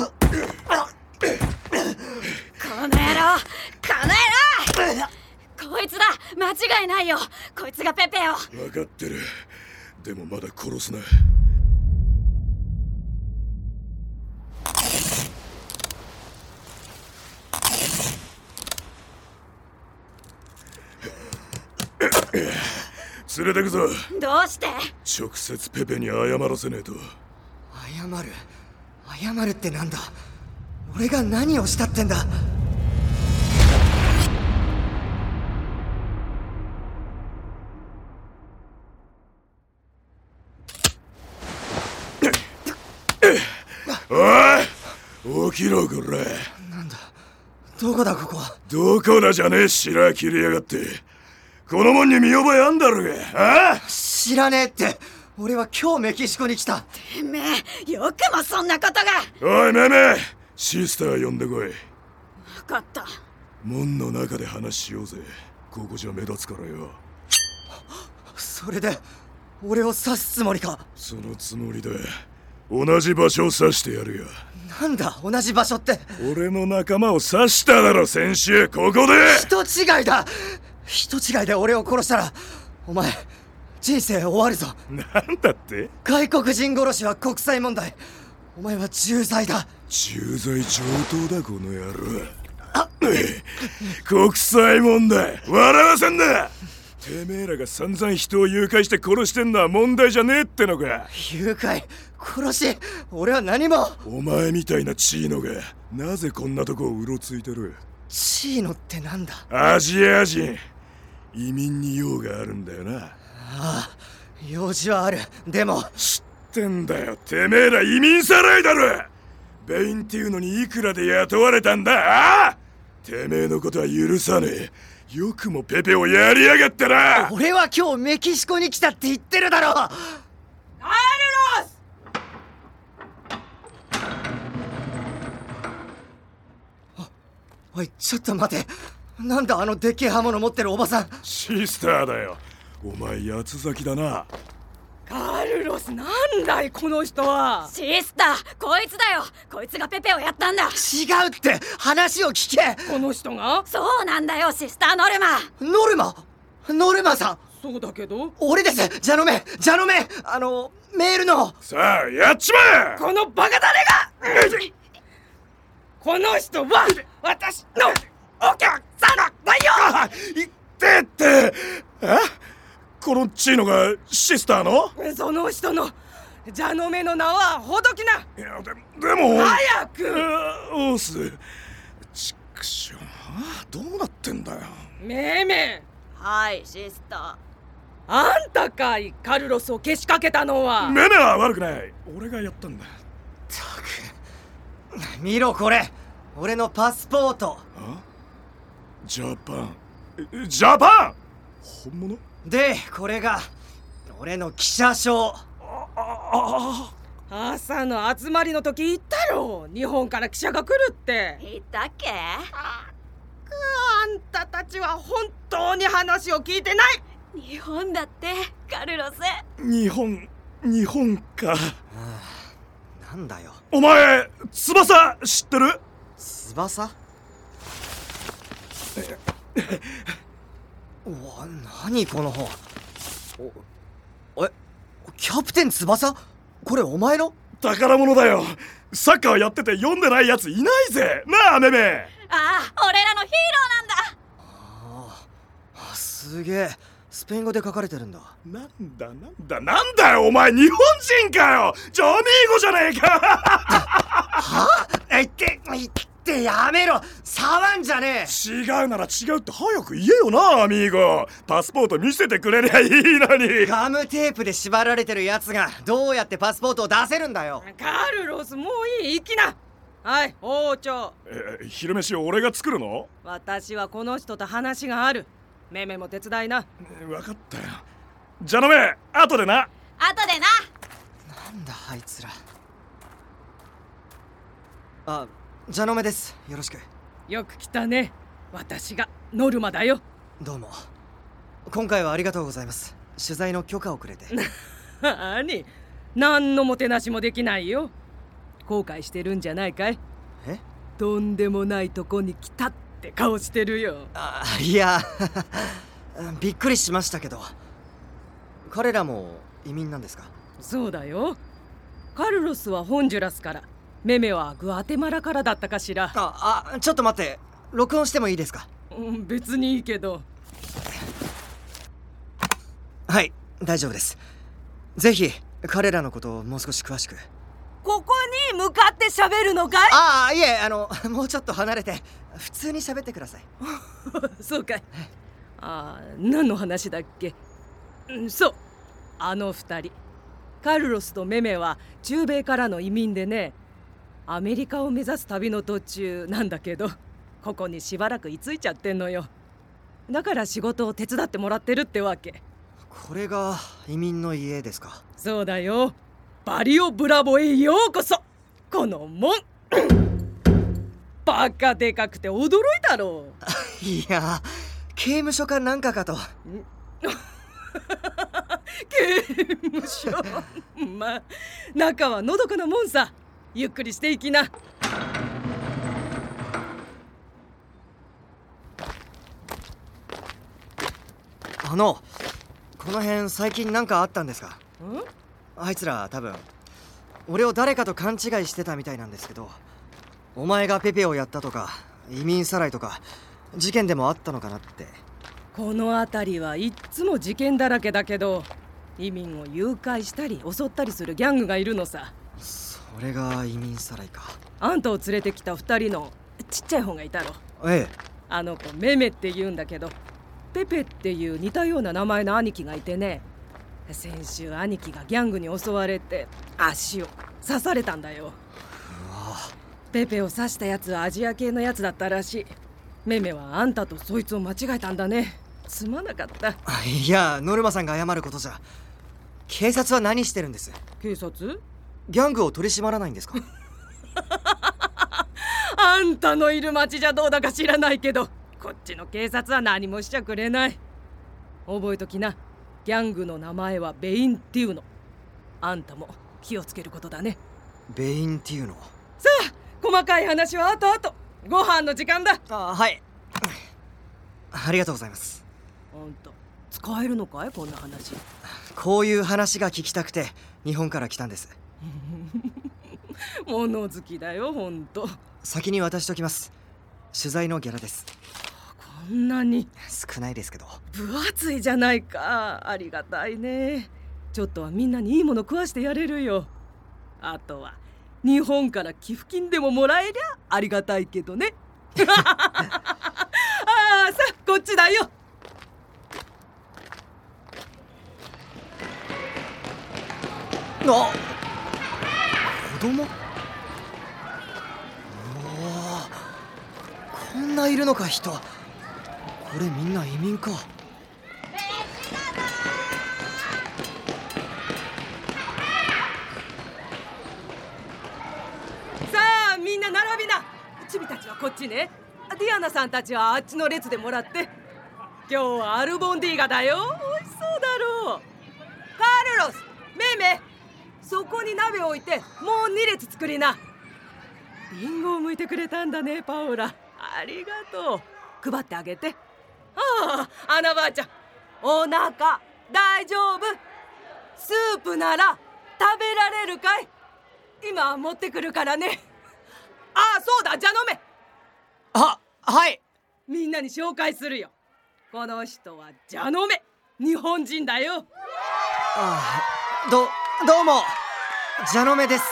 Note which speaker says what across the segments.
Speaker 1: この野郎この野郎こいつだ間違いないよこいつがペペを
Speaker 2: 分かってるでもまだ殺すな連れてくぞ
Speaker 1: どうして
Speaker 2: 直接ペペに謝らせねえと
Speaker 3: 謝る謝るってなんだ俺が何をしたってんだ
Speaker 2: おい起きろこら
Speaker 3: どこだここは
Speaker 2: どこだじゃねえ白切りやがってこの門に見覚えあんだろうがああ
Speaker 3: 知らねえって俺は今日メキシコに来た
Speaker 1: てめえよくもそんなことが
Speaker 2: おいめめシスター呼んでこい
Speaker 1: 分かった
Speaker 2: 門の中で話しようぜここじゃ目立つからよ
Speaker 3: それで俺を刺すつもりか
Speaker 2: そのつもりで同じ場所を刺してやるよ
Speaker 3: なんだ同じ場所って
Speaker 2: 俺の仲間を刺しただろ先週ここで
Speaker 3: 人違いだ人違いで俺を殺したらお前人生終わるぞ
Speaker 2: なんだって
Speaker 3: 外国人殺しは国際問題お前は重罪だ
Speaker 2: 重罪上等だこの野郎国際問題笑わせんなてめえらが散々人を誘拐して殺してんのは問題じゃねえってのか
Speaker 3: 誘拐殺し俺は何も
Speaker 2: お前みたいなチーノがなぜこんなとこをうろついてる
Speaker 3: チーノってなんだ
Speaker 2: アジア人移民に用があるんだよな
Speaker 3: 用事はあるでも
Speaker 2: 知ってんだよてめえら移民さらいだろベインっていうのにいくらで雇われたんだああてめえのことは許さねえよくもペペをやりやがったな
Speaker 3: 俺は今日メキシコに来たって言ってるだろ
Speaker 1: カルロス
Speaker 3: おいちょっと待てなんだあのでっけえ刃物持ってるおばさん
Speaker 2: シスターだよお前八つ咲きだな
Speaker 4: カルロスなんだいこの人は
Speaker 1: シスターこいつだよこいつがペペをやったんだ
Speaker 3: 違うって話を聞け
Speaker 4: この人が
Speaker 1: そうなんだよシスターノルマ
Speaker 3: ノルマノルマさん
Speaker 4: そうだけど
Speaker 3: 俺ですジャノメジャノメあのメールの
Speaker 2: さあやっちまえ
Speaker 4: このバカ誰がこの人は私のお客様だよ
Speaker 2: 言ってってえこのチーノがシスターの
Speaker 4: その人のジャノメの名はほどきない
Speaker 2: やででも
Speaker 4: 早く
Speaker 2: あオースちくしょうあどうなってんだよ
Speaker 4: めいめい
Speaker 1: はいシスタ
Speaker 4: あんたかいカルロスをけしかけたのは
Speaker 2: メメは悪くない俺がやったんだ
Speaker 3: ったく見ろこれ俺のパスポート
Speaker 2: あジャパンえジャパン本物
Speaker 3: でこれが俺の記者証
Speaker 2: ああ
Speaker 4: 朝の集まりの時言ったろ日本から記者が来るって
Speaker 1: ーいたっけ
Speaker 4: あんたたちは本当に話を聞いてない
Speaker 1: 日本だってカルロス
Speaker 2: あ日本日本か
Speaker 3: なんだよ
Speaker 2: お前翼知ってる
Speaker 3: 翼 うわ何この本おえキャプテン翼これお前の
Speaker 2: 宝物だよサッカーやってて読んでないやついないぜなあメメ
Speaker 1: ああ俺らのヒーローなんだ
Speaker 3: ああすげえスペイン語で書かれてるんだ
Speaker 2: なんだなんだなんだよお前日本人かよジョニーゴじゃねえか
Speaker 3: はあいっていってやめろ触んじゃねえ
Speaker 2: 違うなら違うって早く言えよなアミーゴパスポート見せてくれりゃいいのに
Speaker 3: ガムテープで縛られてるやつがどうやってパスポートを出せるんだよ
Speaker 4: カルロスもういい行きなはい包丁
Speaker 2: え昼飯を俺が作るの
Speaker 4: 私はこの人と話があるめめも手伝いな
Speaker 2: 分かったよじゃのめ後でな
Speaker 1: 後でな
Speaker 3: なんだあいつらあジャノメですよろしく
Speaker 4: よく来たね私がノルマだよ
Speaker 3: どうも今回はありがとうございます取材の許可をくれて
Speaker 4: 何何のもてなしもできないよ後悔してるんじゃないかい
Speaker 3: え
Speaker 4: とんでもないとこに来たって顔してるよ
Speaker 3: あいや びっくりしましたけど彼らも移民なんですか
Speaker 4: そうだよカルロスはホンジュラスからメメはグアテマラからだったかしら
Speaker 3: ああちょっと待って録音してもいいですか
Speaker 4: うん別にいいけど
Speaker 3: はい大丈夫ですぜひ彼らのことをもう少し詳しく
Speaker 1: ここに向かって喋るのかい
Speaker 3: ああいえあのもうちょっと離れて普通に喋ってください
Speaker 4: そうかいあー何の話だっけうんそうあの2人カルロスとメメは中米からの移民でねアメリカを目指す旅の途中なんだけどここにしばらく居ついちゃってんのよだから仕事を手伝ってもらってるってわけ
Speaker 3: これが移民の家ですか
Speaker 4: そうだよバリオブラボへようこそこの門バカでかくて驚いたろう
Speaker 3: いや刑務所かなんかかと
Speaker 4: 刑務所まあ中はのどかなもんさゆっくりしていきな
Speaker 3: あのこの辺最近なんかあったんですかあいつら多分俺を誰かと勘違いしてたみたいなんですけどお前がペペをやったとか移民さらいとか事件でもあったのかなって
Speaker 4: この辺りはいっつも事件だらけだけど移民を誘拐したり襲ったりするギャングがいるのさ
Speaker 3: それが移民さらいか
Speaker 4: あんたを連れてきた2人のちっちゃい方がいたろ
Speaker 3: え
Speaker 4: あの子メメって言うんだけどペペっていう似たような名前の兄貴がいてね先週兄貴がギャングに襲われて足を刺されたんだよペペを刺したやつはアジア系のやつだったらしいメメはあんたとそいつを間違えたんだねすまなかった
Speaker 3: えいやノルマさんが謝ることじゃ警察は何してるんです
Speaker 4: 警察
Speaker 3: ギャングを取り締まらないんですか
Speaker 4: あんたのいる町じゃどうだか知らないけどこっちの警察は何もしちゃくれない覚えときなギャングの名前はベインっていうのあんたも気をつけることだね
Speaker 3: ベインっていうの
Speaker 4: さあ細かい話は後々ご飯の時間だ
Speaker 3: あはいありがとうございます
Speaker 4: ほんと使えるのかいこんな話
Speaker 3: こういう話が聞きたくて日本から来たんです
Speaker 4: 物好きだよほんと
Speaker 3: 先に渡しときます取材のギャラです
Speaker 4: こんなに
Speaker 3: 少ないですけど
Speaker 4: 分厚いじゃないかありがたいねちょっとはみんなにいいもの食わしてやれるよあとは日本から寄付金でももらえりゃありがたいけどね ああさあこっちだよ
Speaker 3: あ子供うわこんないるのか人これみんな移民か
Speaker 4: さあみんな並びなチビたちはこっちねディアナさんたちはあっちの列でもらって今日はアルボンディーガだよ美味しそうだろうカルロスメメそこに鍋置いてもう2列作りなリンゴを剥いてくれたんだねパオラありがとう配ってあげてああアナばあちゃんお腹大丈夫スープなら食べられるかい今持ってくるからね ああそうだじゃ飲め
Speaker 3: あはい
Speaker 4: みんなに紹介するよこの人はジャノメ日本人だよ
Speaker 3: あどどうもジャノメです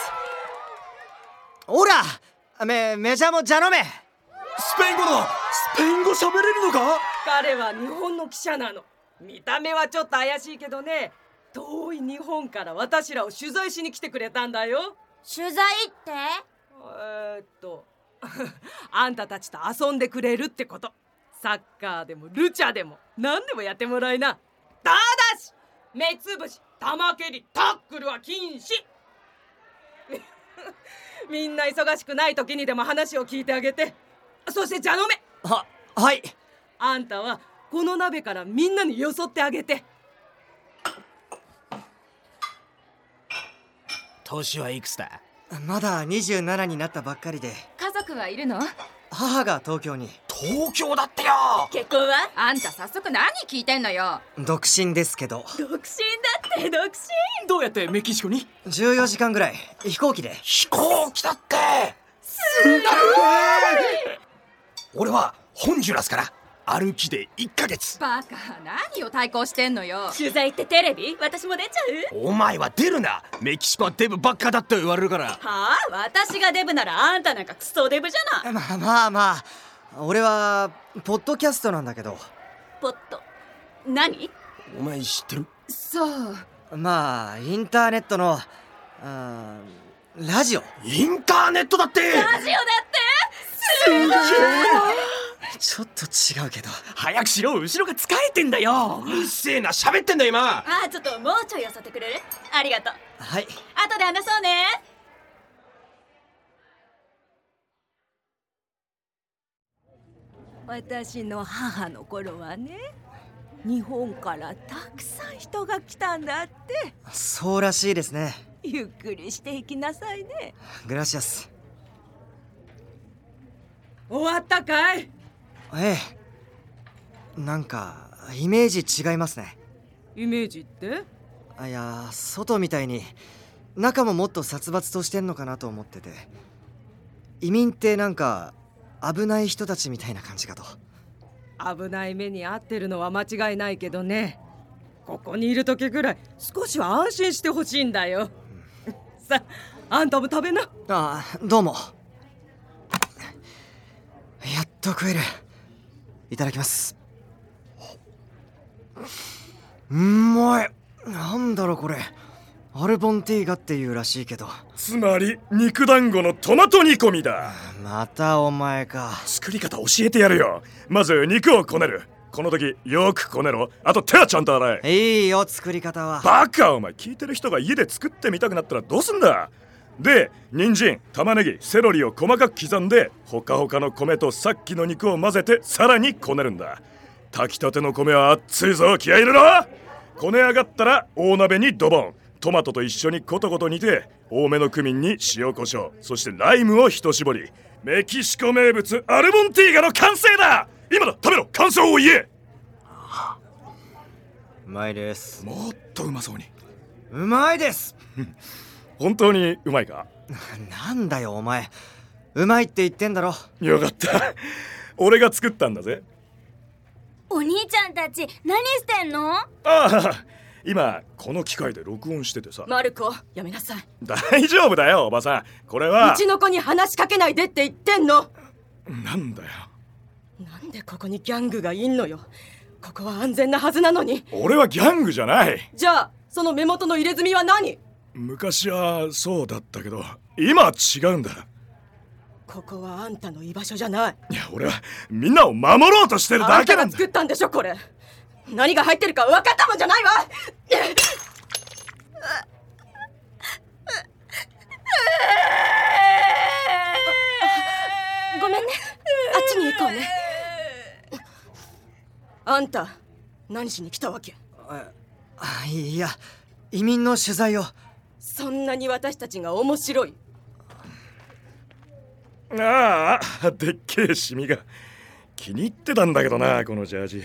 Speaker 3: オラめメジャーもジャノメ
Speaker 2: スペイン語だスペイン語喋れるのか
Speaker 4: 彼は日本の記者なの見た目はちょっと怪しいけどね遠い日本から私らを取材しに来てくれたんだよ
Speaker 1: 取材って
Speaker 4: えーっと あんたたちと遊んでくれるってことサッカーでもルチャでも何でもやってもらいなただし目つぶし玉蹴りタックルは禁止 みんな忙しくない時にでも話を聞いてあげてそしてじゃのめ
Speaker 3: ははい
Speaker 4: あんたはこの鍋からみんなによそってあげて
Speaker 5: 年はいくつだ
Speaker 3: まだ27になったばっかりで
Speaker 1: 家族はいるの
Speaker 3: 母が東京に
Speaker 6: 東京だってよ
Speaker 1: 結婚は
Speaker 5: あんた早速何聞いてんのよ
Speaker 3: 独身ですけど
Speaker 1: 独身だって独身
Speaker 6: どうやってメキシコに
Speaker 3: 14時間ぐらい飛行機で
Speaker 6: 飛行機だってすごい俺はホンジュラスから歩きで1ヶ月
Speaker 5: バカ何を対抗してんのよ
Speaker 1: 取材ってテレビ私も出ちゃう
Speaker 6: お前は出るなメキシコはデブばっかだって言われるから
Speaker 1: はあ私がデブならあんたなんかクソデブじゃない
Speaker 3: まあまあまあ俺はポッドキャストなんだけど
Speaker 1: ポッと何
Speaker 6: お前知ってる
Speaker 5: そう
Speaker 3: まあインターネットのあーラジオ
Speaker 6: インターネットだって
Speaker 1: ラジオだって
Speaker 3: ちょっと違うけど
Speaker 6: 早くしろ後ろが疲れてんだようるせえな喋ってんだ今
Speaker 1: ああちょっともうちょい寄せてくれるありがとう
Speaker 3: はい
Speaker 1: 後で話そうね
Speaker 4: 私の母の頃はね日本からたくさん人が来たんだって
Speaker 3: そうらしいですね
Speaker 4: ゆっくりしていきなさいね
Speaker 3: グラシアス
Speaker 4: 終わったかい
Speaker 3: ええなんかイメージ違いますね
Speaker 4: イメージって
Speaker 3: あいや外みたいに中ももっと殺伐としてんのかなと思ってて移民ってなんか危ない人たちみたいな感じかと
Speaker 4: 危ない目に遭ってるのは間違いないけどねここにいる時ぐらい少しは安心してほしいんだよ さあんたも食べな
Speaker 3: ああどうもやっと食えるいただきますうんまいなんだろこれアルボンティーガっていうらしいけど
Speaker 2: つまり肉団子のトマト煮込みだ
Speaker 3: またお前か
Speaker 2: 作り方教えてやるよまず肉をこねるこの時よくこねろあと手はちゃんと洗え
Speaker 3: いいよ作り方は
Speaker 2: バカお前聞いてる人が家で作ってみたくなったらどうすんだで人参玉ねぎセロリを細かく刻んでほかほかの米とさっきの肉を混ぜてさらにこねるんだ炊きたての米は熱いぞ気合い入れろこね上がったら大鍋にドボントマトと一緒にコトコト煮て多めのクミンに塩コショウそしてライムをひと絞りメキシコ名物アルボンティーガの完成だ今だ食べろ感想を言え
Speaker 3: うまいです
Speaker 2: もっとうまそうに
Speaker 3: うまいです
Speaker 2: 本当にうまいか
Speaker 3: なんだよお前うまいって言ってんだろ
Speaker 2: よかった俺が作ったんだぜ
Speaker 1: お兄ちゃんたち何してんの
Speaker 2: ああ今この機械で録音しててさ
Speaker 4: マルコやめなさい
Speaker 2: 大丈夫だよおばさんこれは
Speaker 4: うちの子に話しかけないでって言ってんの
Speaker 2: なんだよ
Speaker 4: なんでここにギャングがいんのよここは安全なはずなのに
Speaker 2: 俺はギャングじゃない
Speaker 4: じゃあその目元の入れ墨は何
Speaker 2: 昔はそうだったけど今は違うんだ
Speaker 4: ここはあんたの居場所じゃない
Speaker 2: いや俺はみんなを守ろうとしてる
Speaker 4: あ
Speaker 2: だ
Speaker 4: ん
Speaker 2: け
Speaker 4: た
Speaker 2: な
Speaker 4: が
Speaker 2: んだ
Speaker 4: 作ったんでしょこれ何が入ってるか分かったもんじゃないわごめんねあっちに行こうねあんた何しに来たわけ
Speaker 3: あいや移民の取材を
Speaker 4: そんなに私たちが面白い
Speaker 2: ああでっけえシミが気に入ってたんだけどなこのジャージ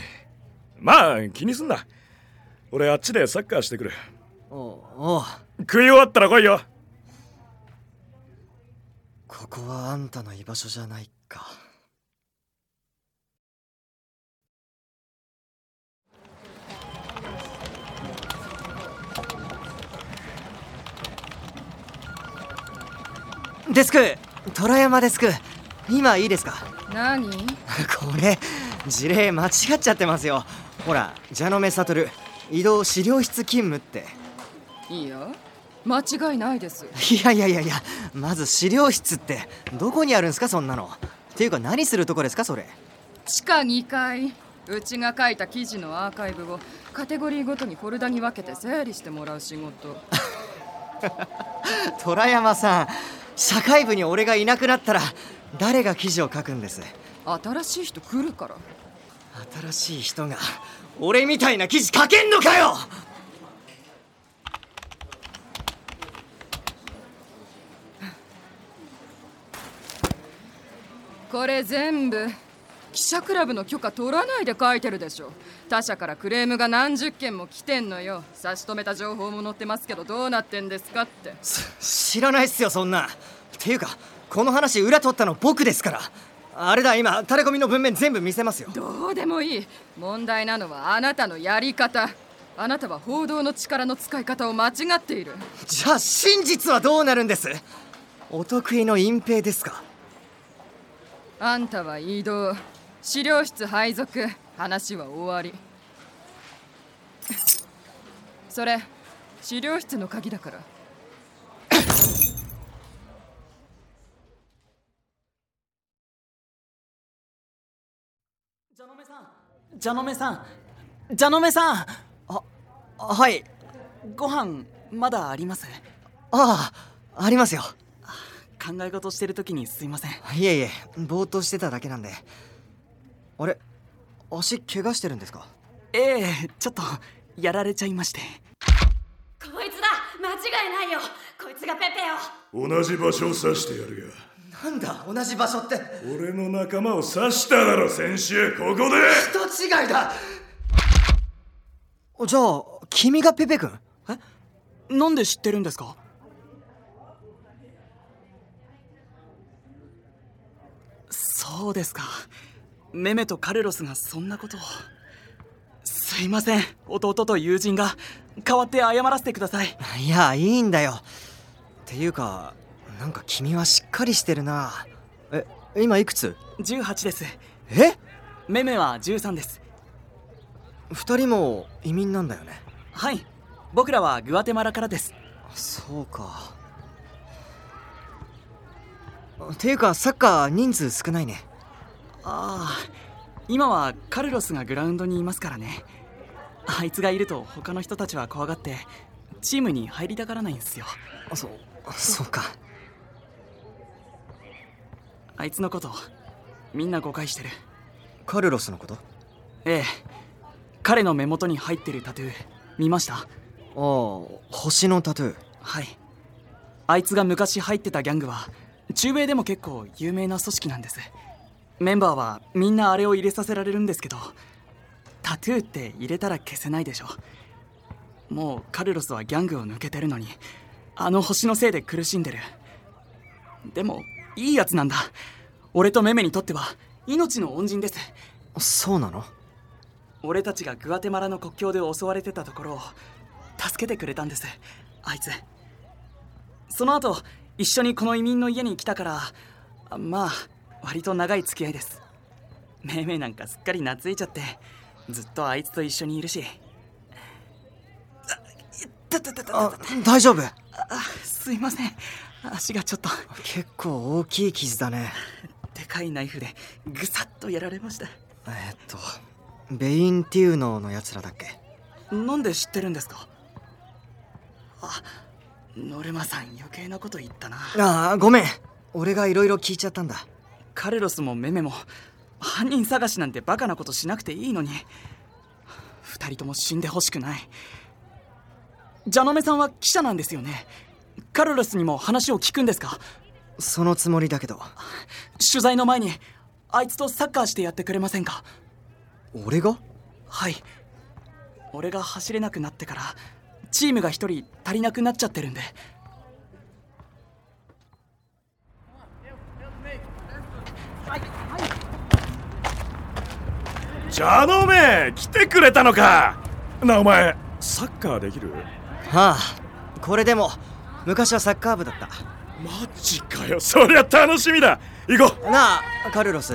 Speaker 2: まあ気にすんな俺あっちでサッカーしてくる
Speaker 3: おおう
Speaker 2: 食い終わったら来いよ
Speaker 3: ここはあんたの居場所じゃないかデスク虎山デスク今いいですか
Speaker 5: 何
Speaker 3: これ事例間違っちゃってますよほら蛇ノ目悟移動資料室勤務って
Speaker 5: いいよ間違いないです
Speaker 3: いやいやいやいやまず資料室ってどこにあるんですかそんなのっていうか何するとこですかそれ
Speaker 5: 地下2階うちが書いた記事のアーカイブをカテゴリーごとにフォルダに分けて整理してもらう仕事
Speaker 3: 虎山さん社会部に俺がいなくなったら誰が記事を書くんです
Speaker 5: 新しい人来るから
Speaker 3: 新しい人が俺みたいな記事書けんのかよ
Speaker 5: これ全部記者クラブの許可取らないで書いてるでしょ他社からクレームが何十件も来てんのよ差し止めた情報も載ってますけどどうなってんですかって
Speaker 3: 知らないっすよそんなっていうかこの話裏取ったの僕ですからあれだ今タレコミの文面全部見せますよ
Speaker 5: どうでもいい問題なのはあなたのやり方あなたは報道の力の使い方を間違っている
Speaker 3: じゃあ真実はどうなるんですお得意の隠蔽ですか
Speaker 5: あんたは移動資料室配属話は終わりそれ資料室の鍵だから
Speaker 4: ジャノメさんジャノメさん
Speaker 3: はい
Speaker 4: ご飯まだあります
Speaker 3: ああありますよ
Speaker 4: 考え事してる時にすいません
Speaker 3: いえいえぼーっとしてただけなんであれ足怪我してるんですか
Speaker 4: ええちょっとやられちゃいまして
Speaker 1: こいつだ間違いないよこいつがペペを
Speaker 2: 同じ場所を刺してやる
Speaker 3: なんだ同じ場所って
Speaker 2: が俺の仲間を刺しただろ先週ここで
Speaker 3: 人違いだじゃあ君がペペ君
Speaker 4: なんで知ってるんですかそうですかメメとカルロスがそんなことをすいません弟と友人が代わって謝らせてください
Speaker 3: いやいいんだよっていうかなんか君はしっかりしてるなえ今いくつ
Speaker 4: 18です
Speaker 3: え
Speaker 4: メメは13です
Speaker 3: 二人も移民なんだよね
Speaker 4: はい僕らはグアテマラからです
Speaker 3: そうかていうかサッカー人数少ないね
Speaker 4: ああ今はカルロスがグラウンドにいますからねあいつがいると他の人たちは怖がってチームに入りたがらないんですよ
Speaker 3: あそそうか
Speaker 4: あいつのことみんな誤解してる
Speaker 3: カルロスのこと
Speaker 4: ええ彼の目元に入ってるタトゥー見ました
Speaker 3: ああ星のタトゥー
Speaker 4: はいあいつが昔入ってたギャングは中米でも結構有名な組織なんですメンバーはみんなあれを入れさせられるんですけどタトゥーって入れたら消せないでしょもうカルロスはギャングを抜けてるのにあの星のせいで苦しんでるでもいいやつなんだ俺とメメにとっては命の恩人です
Speaker 3: そうなの
Speaker 4: 俺たちがグアテマラの国境で襲われてたところを助けてくれたんですあいつその後一緒にこの移民の家に来たからあまあ割と長い付き合いですめいめいなんかすっかり懐いちゃってずっとあいつと一緒にいるしあいたたたたた
Speaker 3: あ大丈夫
Speaker 4: あすいません足がちょっと
Speaker 3: 結構大きい傷だね
Speaker 4: でかいナイフでぐさっとやられました
Speaker 3: えっとベインティウノのやつらだっけ
Speaker 4: なんで知ってるんですかあノルマさん余計なこと言ったな
Speaker 3: ああごめん俺がいろいろ聞いちゃったんだ
Speaker 4: カルロスもメメも犯人探しなんてバカなことしなくていいのに二人とも死んでほしくないジャノメさんは記者なんですよねカルロスにも話を聞くんですか
Speaker 3: そのつもりだけど
Speaker 4: 取材の前にあいつとサッカーしてやってくれませんか
Speaker 3: 俺が
Speaker 4: はい俺が走れなくなってからチームが一人足りなくなっちゃってるんで
Speaker 2: ジャノメ来てくれたのかなあお前サッカーできる
Speaker 3: はあこれでも昔はサッカー部だった
Speaker 2: マジかよそりゃ楽しみだ行こう
Speaker 3: なあカルロス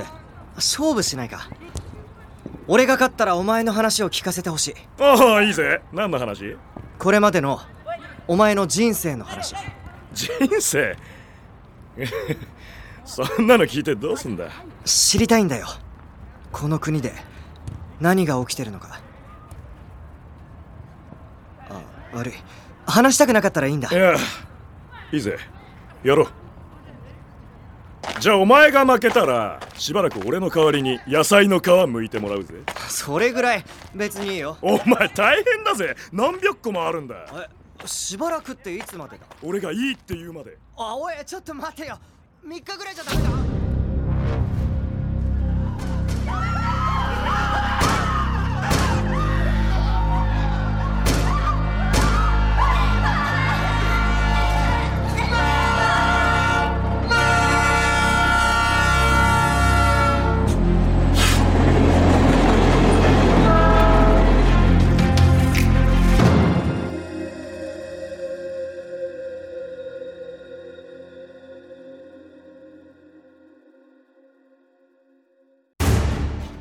Speaker 3: 勝負しないか俺が勝ったらお前の話を聞かせてほしい
Speaker 2: ああいいぜ何の話
Speaker 3: これまでのお前の人生の話
Speaker 2: 人生 そんなの聞いてどうすんだ
Speaker 3: 知りたいんだよこの国で何が起きてるのかあ悪い話したくなかったらいいんだ
Speaker 2: いやいいぜやろうじゃあお前が負けたらしばらく俺の代わりに野菜の皮剥いてもらうぜ
Speaker 3: それぐらい別にいいよ
Speaker 2: お前大変だぜ何百個もあるんだ
Speaker 3: えしばらくっていつまでだ
Speaker 2: 俺がいいって言うまで
Speaker 3: あおいちょっと待てよ3日ぐらいじゃダメだ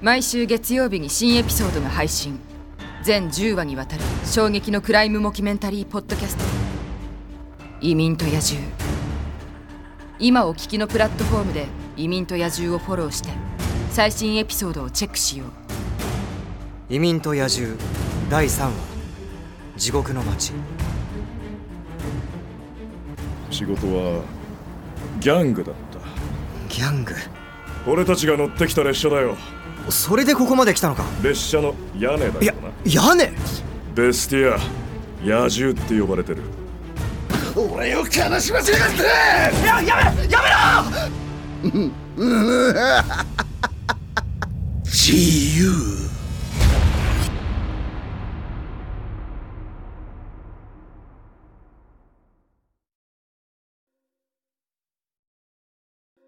Speaker 5: 毎週月曜日に新エピソードが配信全10話にわたる衝撃のクライムモキュメンタリーポッドキャスト「移民と野獣」今お聞きのプラットフォームで「移民と野獣」をフォローして最新エピソードをチェックしよう
Speaker 3: 移民と野獣第3話地獄の街
Speaker 2: 仕事はギャングだった
Speaker 3: ギャング
Speaker 2: 俺たちが乗ってきた列車だよ
Speaker 3: それでここまで来たのか
Speaker 2: 列車の屋根だ
Speaker 3: いや
Speaker 2: よな
Speaker 3: 屋根
Speaker 2: ベスティア野獣って呼ばれてる
Speaker 7: 俺を悲しませやがってややめやめろ自由